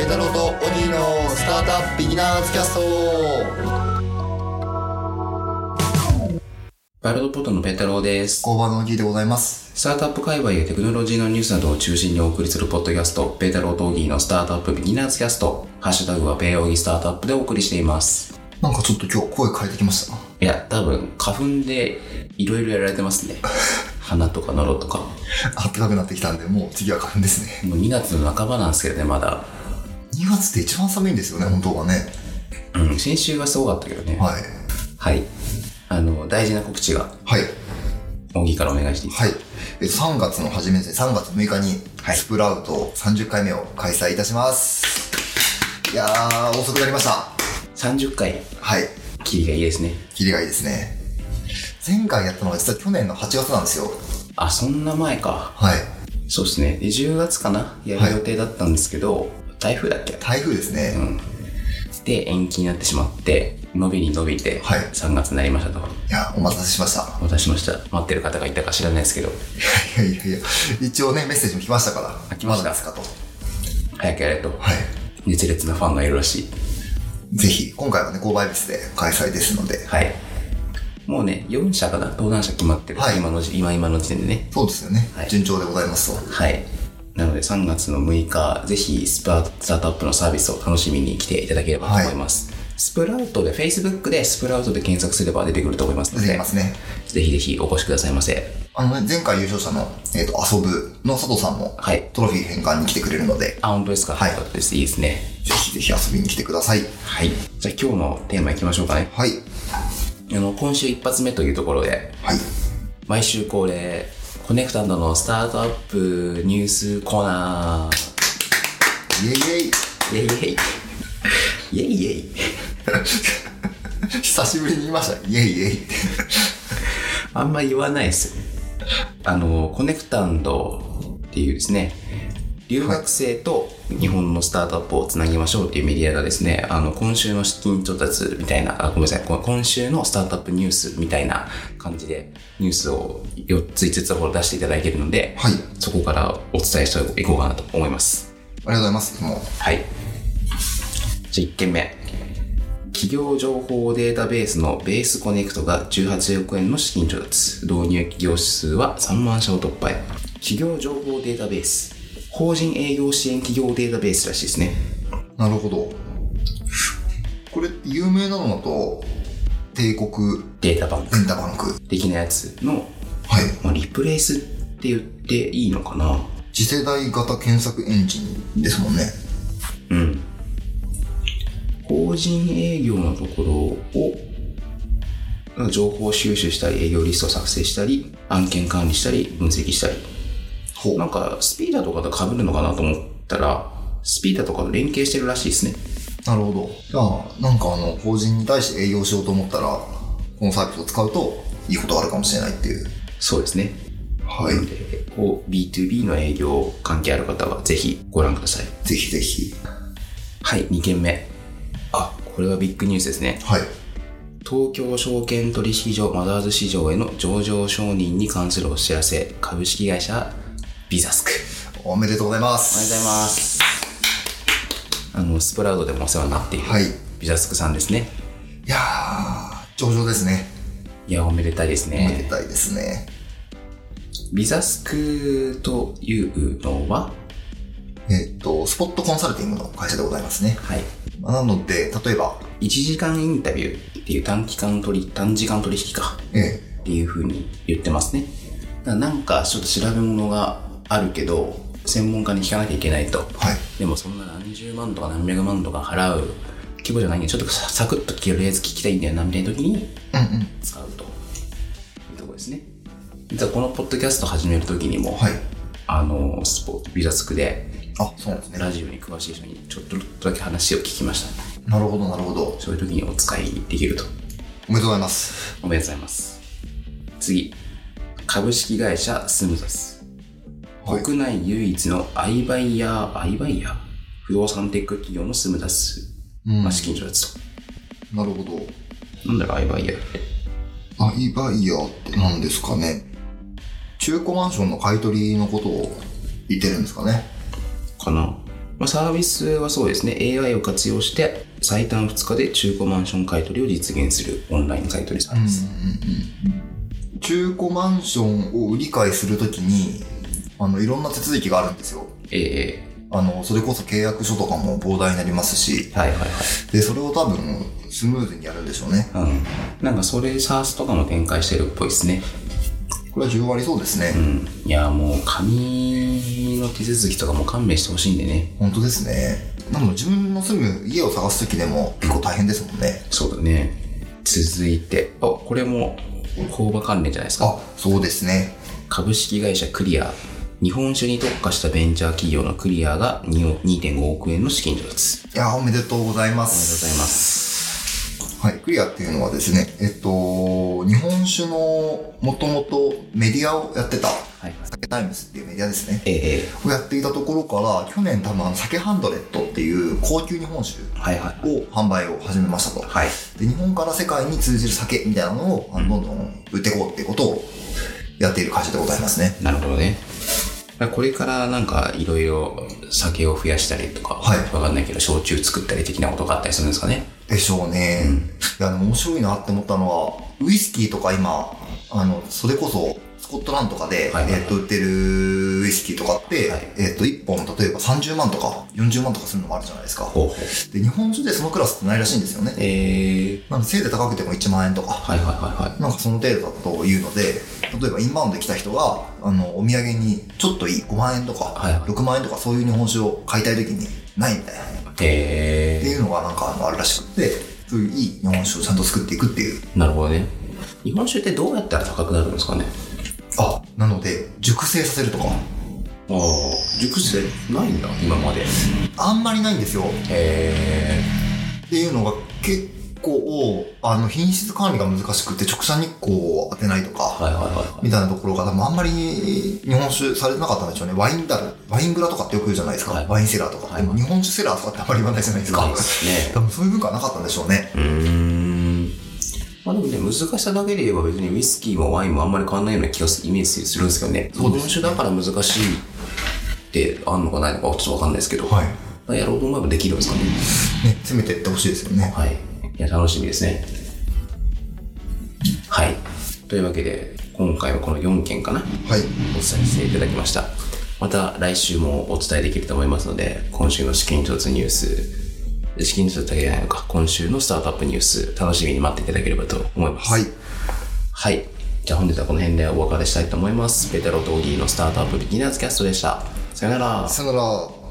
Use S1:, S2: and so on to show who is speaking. S1: イ太郎とオギーのスタートアップビギナーズキャスト
S2: ワールドポットのペータローです。
S1: 工場のオギーでございます
S2: スタートアップ界隈やテクノロジーのニュースなどを中心にお送りするポッドキャスト、ペータローとオギーのスタートアップビギナーズキャスト、ハッシュタグはペーオギスタートアップでお送りしています。
S1: なんかちょっと今日声変えてきました
S2: いや、多分、花粉でいろいろやられてますね。鼻とか喉とか。
S1: あったかくなってきたんでもう次は花粉ですね
S2: もう2月の半ばなんですけどね、まだ。
S1: 2月って一番寒いんですよね本当はね
S2: うん、先週はすごかったけどね。
S1: はい
S2: はい。あの、大事な告知が、
S1: はい
S2: オギーからお願いしていいですか
S1: はい、えっと、3月の初めですね3月6日に
S2: はい
S1: スプラウト30回目を開催いたします、い、やー遅くなりました
S2: 30回、
S1: はい
S2: キリがいいですね。
S1: キリがいいですね前回やったのが実は去年の8月なんですよ
S2: あ、そんな前か。
S1: はい
S2: そうですね。で10月かなやる予定だったんですけど、台風だっけ
S1: 台風ですね、い
S2: で、延期になってしまって、伸びに伸びて、
S1: はい
S2: 3月になりましたと。
S1: やお待たせしました
S2: お待たせしました。待ってる方がいたか知らないですけど、
S1: いやいやいや、一応ね、メッセージも来ましたから。
S2: あ来ました
S1: だですかと。は
S2: 早くやれと、熱烈なファンがいるらしい。
S1: い。ぜひ、今回はね、購買スで開催ですので。
S2: はい。もうね、4社かな登壇者決まってる。
S1: はい
S2: 今の時、今今の時点でね。
S1: そうですよね。
S2: はい
S1: 順調でございますと。
S2: はい。なので3月の6日、ぜひスパスタートアップのサービスを楽しみに来ていただければと思います。スプラウトで、Facebook でスプラウトで検索すれば出てくると思いますの
S1: 出てき
S2: で
S1: ま、すね。
S2: ぜひぜひお越しくださいませ。
S1: あのね、前回優勝者の、えっ、と、遊ぶの佐藤さんも、
S2: はい
S1: トロフィー返還に来てくれるので、
S2: あ、本当ですか
S1: はい
S2: よかったです。いいですね。
S1: ぜひぜひ遊びに来てください。
S2: はい。じゃあ今日のテーマいきましょうかね。
S1: はい。
S2: あの、今週一発目というところで、
S1: はい。
S2: 毎週恒例、コネクタンドのスタートアップニュースコーナー。
S1: イェイイ
S2: イェイイェイ。イェイイェイ。
S1: ェイ。久しぶりに言いました。イェイイェイ。
S2: あんま言わないですよね。あの、コネクタンドっていうですね、留学生と日本のスタートアップをつなぎましょうっていうメディアがですね、あの、今週の資金調達みたいな、あごめんなさい、こ今週のスタートアップニュースみたいな感じで、ニュースを4つ、5つほど出していただいているので、
S1: はい。
S2: そこからお伝えしていこうかなと思います。
S1: ありがとうございます。もう、
S2: はい。じゃあ1件目。企業情報データベースのベースコネクトが18億円の資金調達。導入企業数は3万社を突破へ。企業情報データベース。法人営業支援企業データベースらしいですね。
S1: なるほど。これ、有名なのだと、帝国
S2: データバンク
S1: インターバンク。
S2: 的なやつの、
S1: はい。
S2: まあ、リプレイスって言っていいのかな
S1: 次世代型検索エンジンですもんね
S2: うん。法人営業のところを、情報収集したり、営業リスト作成したり、案件管理したり、分析したり。
S1: ほ
S2: なんか、スピーダーとかと被るのかなと思ったら、スピーダーとかと連携してるらしいですね。
S1: なるほどじゃあなんかあの法人に対して営業しようと思ったらこのサービスを使うといいことがあるかもしれないっていう
S2: そうですね。
S1: はい
S2: なのでこう B2B の営業関係ある方は、ぜひご覧ください。
S1: ぜひぜひ
S2: はい、2件目。あ、これはビッグニュースですね。
S1: はい
S2: 東京証券取引所マザーズ市場への上場承認に関するお知らせ株式会社ビザスク
S1: おめでとうございま
S2: おめですとうございますあのスプラウドでもお世話になっている、
S1: はいい
S2: ビザスクさんですね
S1: やー上々ですね
S2: いやおめでたいです
S1: おめで
S2: ね
S1: たいですね、
S2: ビザスクというのは
S1: えっとスポットコンサルティングの会社でございますね
S2: はい
S1: まあなので例えば
S2: 1時間インタビューっていう短期間取り短時間取引か
S1: え
S2: っていうふうに言ってますねだからなんかちょっと調べ物があるけど専門家に聞かなきゃいけないと
S1: えはい
S2: でもそんな何十万とか何百万とか払う規模じゃないんで、ちょっとササクッととりあえず聞きたいんだよなみたいな時に
S1: うんうん
S2: 使うというところですね。実はこのポッドキャスト始める時にも、
S1: はい
S2: あの、スポーツ、ビザスクで、
S1: あそうなんですね
S2: ラジオに詳しい人にちょっとだけ話を聞きました、
S1: なるほどなるほど
S2: そういう時にお使いできると。
S1: おめでとうございます
S2: おめでとうございます。次。株式会社スムザス。
S1: はい
S2: 国内唯一のアイバイヤー、アイバイヤー不動産テック企業のスムザス。
S1: うん
S2: まあ、資金調達と。
S1: なるほど
S2: なんだろう、アイバイヤーって。
S1: アイバイヤーって何ですかね中古マンションの買い取りのことを言ってるんですかね
S2: かな。まあ、サービスはそうですね、AI を活用して最短2日で中古マンション買取を実現するオンライン買取サービス。
S1: 中古マンションを売り買いするときに、あの、いろんな手続きがあるんですよ。
S2: え
S1: あの、それこそ契約書とかも膨大になりますし、
S2: えはいはいはい。
S1: で、それを多分、スムーズにやるんでしょうね。
S2: うん。なんかそれ、サースとかも展開してるっぽいですね。
S1: これは10割そうですね。
S2: うん。いや、もう紙の手続きとかも勘弁してほしいんでね。
S1: 本当ですね。なので自分の住む家を探すときでも結構大変ですもんね。
S2: そうだね。続いて、あ、これも工場関連じゃないですか。
S1: あ、そうですね。
S2: 株式会社クリア日本酒に特化したベンチャー企業のクリアが2億2.5億円の資金調達
S1: いやーおめでとうござ
S2: あり
S1: いま
S2: がとうご
S1: す。
S2: ざいます
S1: はい、クリアっていうのはですね、えっと、日本酒のもともとメディアをやってた、
S2: はい
S1: 酒タイムズっていうメディアですね。
S2: ええ
S1: をやっていたところから、去年多分あの、酒ハンドレットっていう高級日本酒
S2: はいはい
S1: を販売を始めましたと。
S2: はい
S1: で、日本から世界に通じる酒みたいなのを、あのどんどん売っていこうっていうことをやっている会社でございますね。
S2: なるほどねこれからなんかいろいろ酒を増やしたりとか、
S1: はい
S2: わかんないけど焼酎作ったり的なことがあったりするんですかね
S1: でしょうね。いや、でも面白いなって思ったのは、ウイスキーとか今、あの、それこそ、スコットランドとかで、
S2: はいはいはい
S1: えっと、売ってるウイスキーとかって、
S2: はい
S1: えっと、1本、例えば30万とか40万とかするのもあるじゃないですか。
S2: ほうほう
S1: で、日本中でそのクラスってないらしいんですよね。
S2: ええ
S1: なので、せいぜい高くても1万円とか、
S2: はいはいはいはい
S1: なんかその程度だというので、例えばインバウンドで来た人が、あの、お土産にちょっといい5万円とか、
S2: はいはい
S1: 6万円とかそういう日本酒を買いたい時に、ないみたいな。っ
S2: え
S1: ていうのがなんかあのあるらしくて、そういういい日本酒をちゃんと作っていくっていう。
S2: えなるほどね日本酒ってどうやったら高くなるんですかね
S1: あ、なので、熟成させるとか、
S2: ああ熟成ないんだ今までへ
S1: あんまりないんですよ。っ
S2: え
S1: ていうのが結構、あの、品質管理が難しくて、直射日光を当てないとか、
S2: はいはいはいはい
S1: みたいなところが、多分あんまり日本酒されてなかったんでしょうね。ワインダル、ワイングラとかってよく言うじゃないですか。
S2: はい
S1: ワインセラーとか。
S2: はい
S1: でも日本酒セラーとかってあんまり言わないじゃないです
S2: ない
S1: か
S2: で。すね
S1: 多分そういう文化はなかったんでしょうね。
S2: うーんまあでもね難しさだけで言えば別にウイスキーもワインもあんまり変わんないような気がするイメージするんですけどね
S1: そう
S2: 日
S1: で
S2: 本
S1: すね
S2: 酒だから難しいってあんのかないのかちょっとわかんないですけど、
S1: はい
S2: まあやろうと思えばできるんですかね
S1: ね、攻めていってほしいですよね。
S2: はいいや楽しみですねはいというわけで今回はこの4件かな
S1: はい。
S2: お伝えしていただきましたまた来週もお伝えできると思いますので今週の資金調達ニュース資金調達だけじゃないのか今週のスタートアップニュース楽しみに待っていただければと思います
S1: はい。
S2: はいじゃあ本日はこの辺でお別れしたいと思いますペテロとオギーのスタートアップビギナーズキャストでしたさよなら
S1: さよなら。